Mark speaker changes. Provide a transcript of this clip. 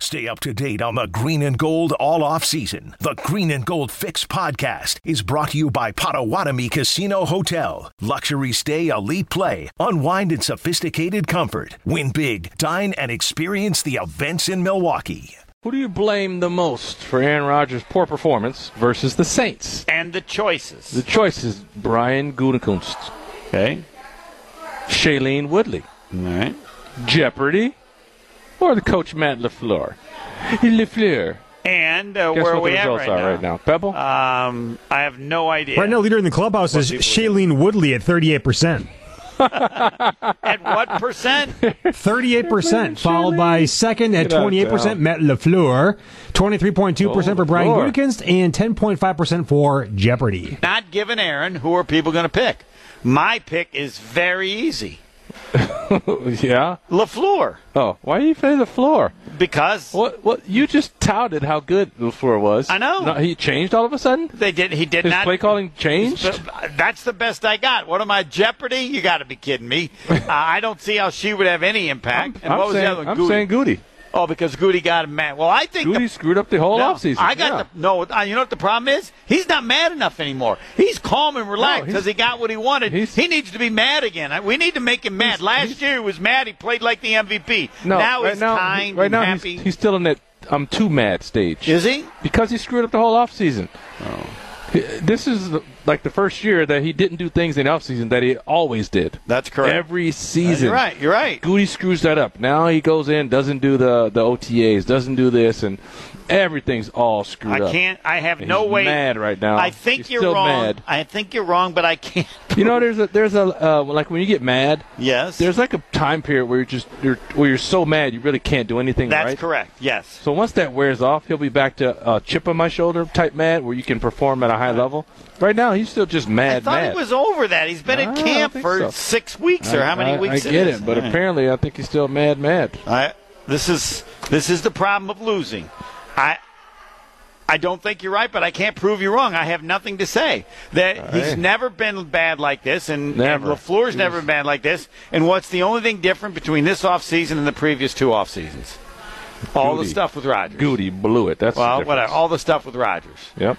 Speaker 1: Stay up to date on the green and gold all off season. The Green and Gold Fix podcast is brought to you by Potawatomi Casino Hotel. Luxury stay, elite play, unwind in sophisticated comfort. Win big, dine, and experience the events in Milwaukee.
Speaker 2: Who do you blame the most for Aaron Rodgers' poor performance versus the Saints?
Speaker 3: and the choices.
Speaker 2: The choice is Brian Gutekunst,
Speaker 3: okay.
Speaker 2: Shailene Woodley,
Speaker 3: All right.
Speaker 2: Jeopardy, or the coach Matt LaFleur. LaFleur.
Speaker 3: And uh,
Speaker 2: Guess
Speaker 3: where
Speaker 2: what
Speaker 3: we
Speaker 2: the
Speaker 3: at
Speaker 2: results
Speaker 3: right
Speaker 2: are
Speaker 3: now?
Speaker 2: right now. Pebble?
Speaker 3: Um, I have no idea.
Speaker 4: Right now, leader in the clubhouse is Shailene Woodley at 38%.
Speaker 3: At what percent?
Speaker 4: 38%, followed by second at
Speaker 2: Get out of
Speaker 4: 28%,
Speaker 2: town.
Speaker 4: Matt LaFleur. 23.2%
Speaker 2: Oh,
Speaker 4: for Brian
Speaker 2: Lord.
Speaker 4: Gutekunst and 10.5% for Jeopardy.
Speaker 3: Not given Aaron. Who are people going to pick? My pick is very easy.
Speaker 2: yeah?
Speaker 3: Lafleur,
Speaker 2: Oh, why do you say LaFleur?
Speaker 3: because
Speaker 2: What, what, you just touted how good LaFleur was.
Speaker 3: I know.
Speaker 2: No, he changed all of a sudden?
Speaker 3: they did. He did
Speaker 2: His
Speaker 3: not.
Speaker 2: play calling changed?
Speaker 3: That's the best I got. What am I Jeopardy? You got to be kidding me. uh, I don't see how she would have any impact. and
Speaker 2: I'm
Speaker 3: what was
Speaker 2: saying,
Speaker 3: the other one?
Speaker 2: I'm
Speaker 3: Goody.
Speaker 2: saying Goody.
Speaker 3: oh, because Goody got mad. Well, I think the
Speaker 2: Goody screwed up the whole
Speaker 3: No,
Speaker 2: offseason.
Speaker 3: I got
Speaker 2: yeah.
Speaker 3: the, no. uh, You know what the problem is? He's not mad enough anymore. He's calm and relaxed
Speaker 2: No, he's-
Speaker 3: because he got what he wanted.
Speaker 2: he's-
Speaker 3: He needs to be mad again. I- We need to make him mad. Last year he was mad. He played like the MVP.
Speaker 2: No,
Speaker 3: now
Speaker 2: right
Speaker 3: he's
Speaker 2: now,
Speaker 3: kind
Speaker 2: right
Speaker 3: and
Speaker 2: now
Speaker 3: happy.
Speaker 2: He's, he's still in that I'm too mad stage.
Speaker 3: is he?
Speaker 2: because he screwed up the whole offseason. Oh. This is the- like the first year that he didn't do things in the offseason that he always did.
Speaker 3: That's correct.
Speaker 2: Every season.
Speaker 3: You're right. You're right.
Speaker 2: Goody screws that up. Now he goes in, doesn't do the, the OTAs, doesn't do this, and everything's all screwed
Speaker 3: I
Speaker 2: up.
Speaker 3: can't. I have
Speaker 2: He's
Speaker 3: no way.
Speaker 2: mad right now.
Speaker 3: I think
Speaker 2: He's
Speaker 3: you're
Speaker 2: still
Speaker 3: wrong.
Speaker 2: mad.
Speaker 3: I think you're wrong, but I can't.
Speaker 2: You know, there's a there's a uh, like when you get mad,
Speaker 3: Yes.
Speaker 2: there's like a time period where you're just you're where you're so mad you really can't do anything.
Speaker 3: That's
Speaker 2: right?
Speaker 3: correct. Yes.
Speaker 2: So once that wears off, he'll be back to uh, chip on my shoulder type mad, where you can perform at a high level. Right now, he's still just mad.
Speaker 3: I thought
Speaker 2: mad.
Speaker 3: it was over that. He's been
Speaker 2: I
Speaker 3: at
Speaker 2: don't
Speaker 3: camp
Speaker 2: think
Speaker 3: for
Speaker 2: so.
Speaker 3: six weeks or
Speaker 2: I-
Speaker 3: how many
Speaker 2: I,
Speaker 3: weeks
Speaker 2: I get
Speaker 3: is.
Speaker 2: it, but
Speaker 3: All right.
Speaker 2: apparently, I think he's still mad, mad.
Speaker 3: I this is this is the problem of losing. I I don't think you're right, but I can't prove you wrong. I have nothing to say. That he's
Speaker 2: right.
Speaker 3: never been bad like this, and,
Speaker 2: Never.
Speaker 3: and Lafleur's never been bad like this. And what's the only thing different between this offseason and the previous two off seasons? All the
Speaker 2: Goody.
Speaker 3: stuff with Rodgers.
Speaker 2: Goody blew it. That's the
Speaker 3: Well,
Speaker 2: difference.
Speaker 3: whatever. All the stuff with Rodgers.
Speaker 2: Yep.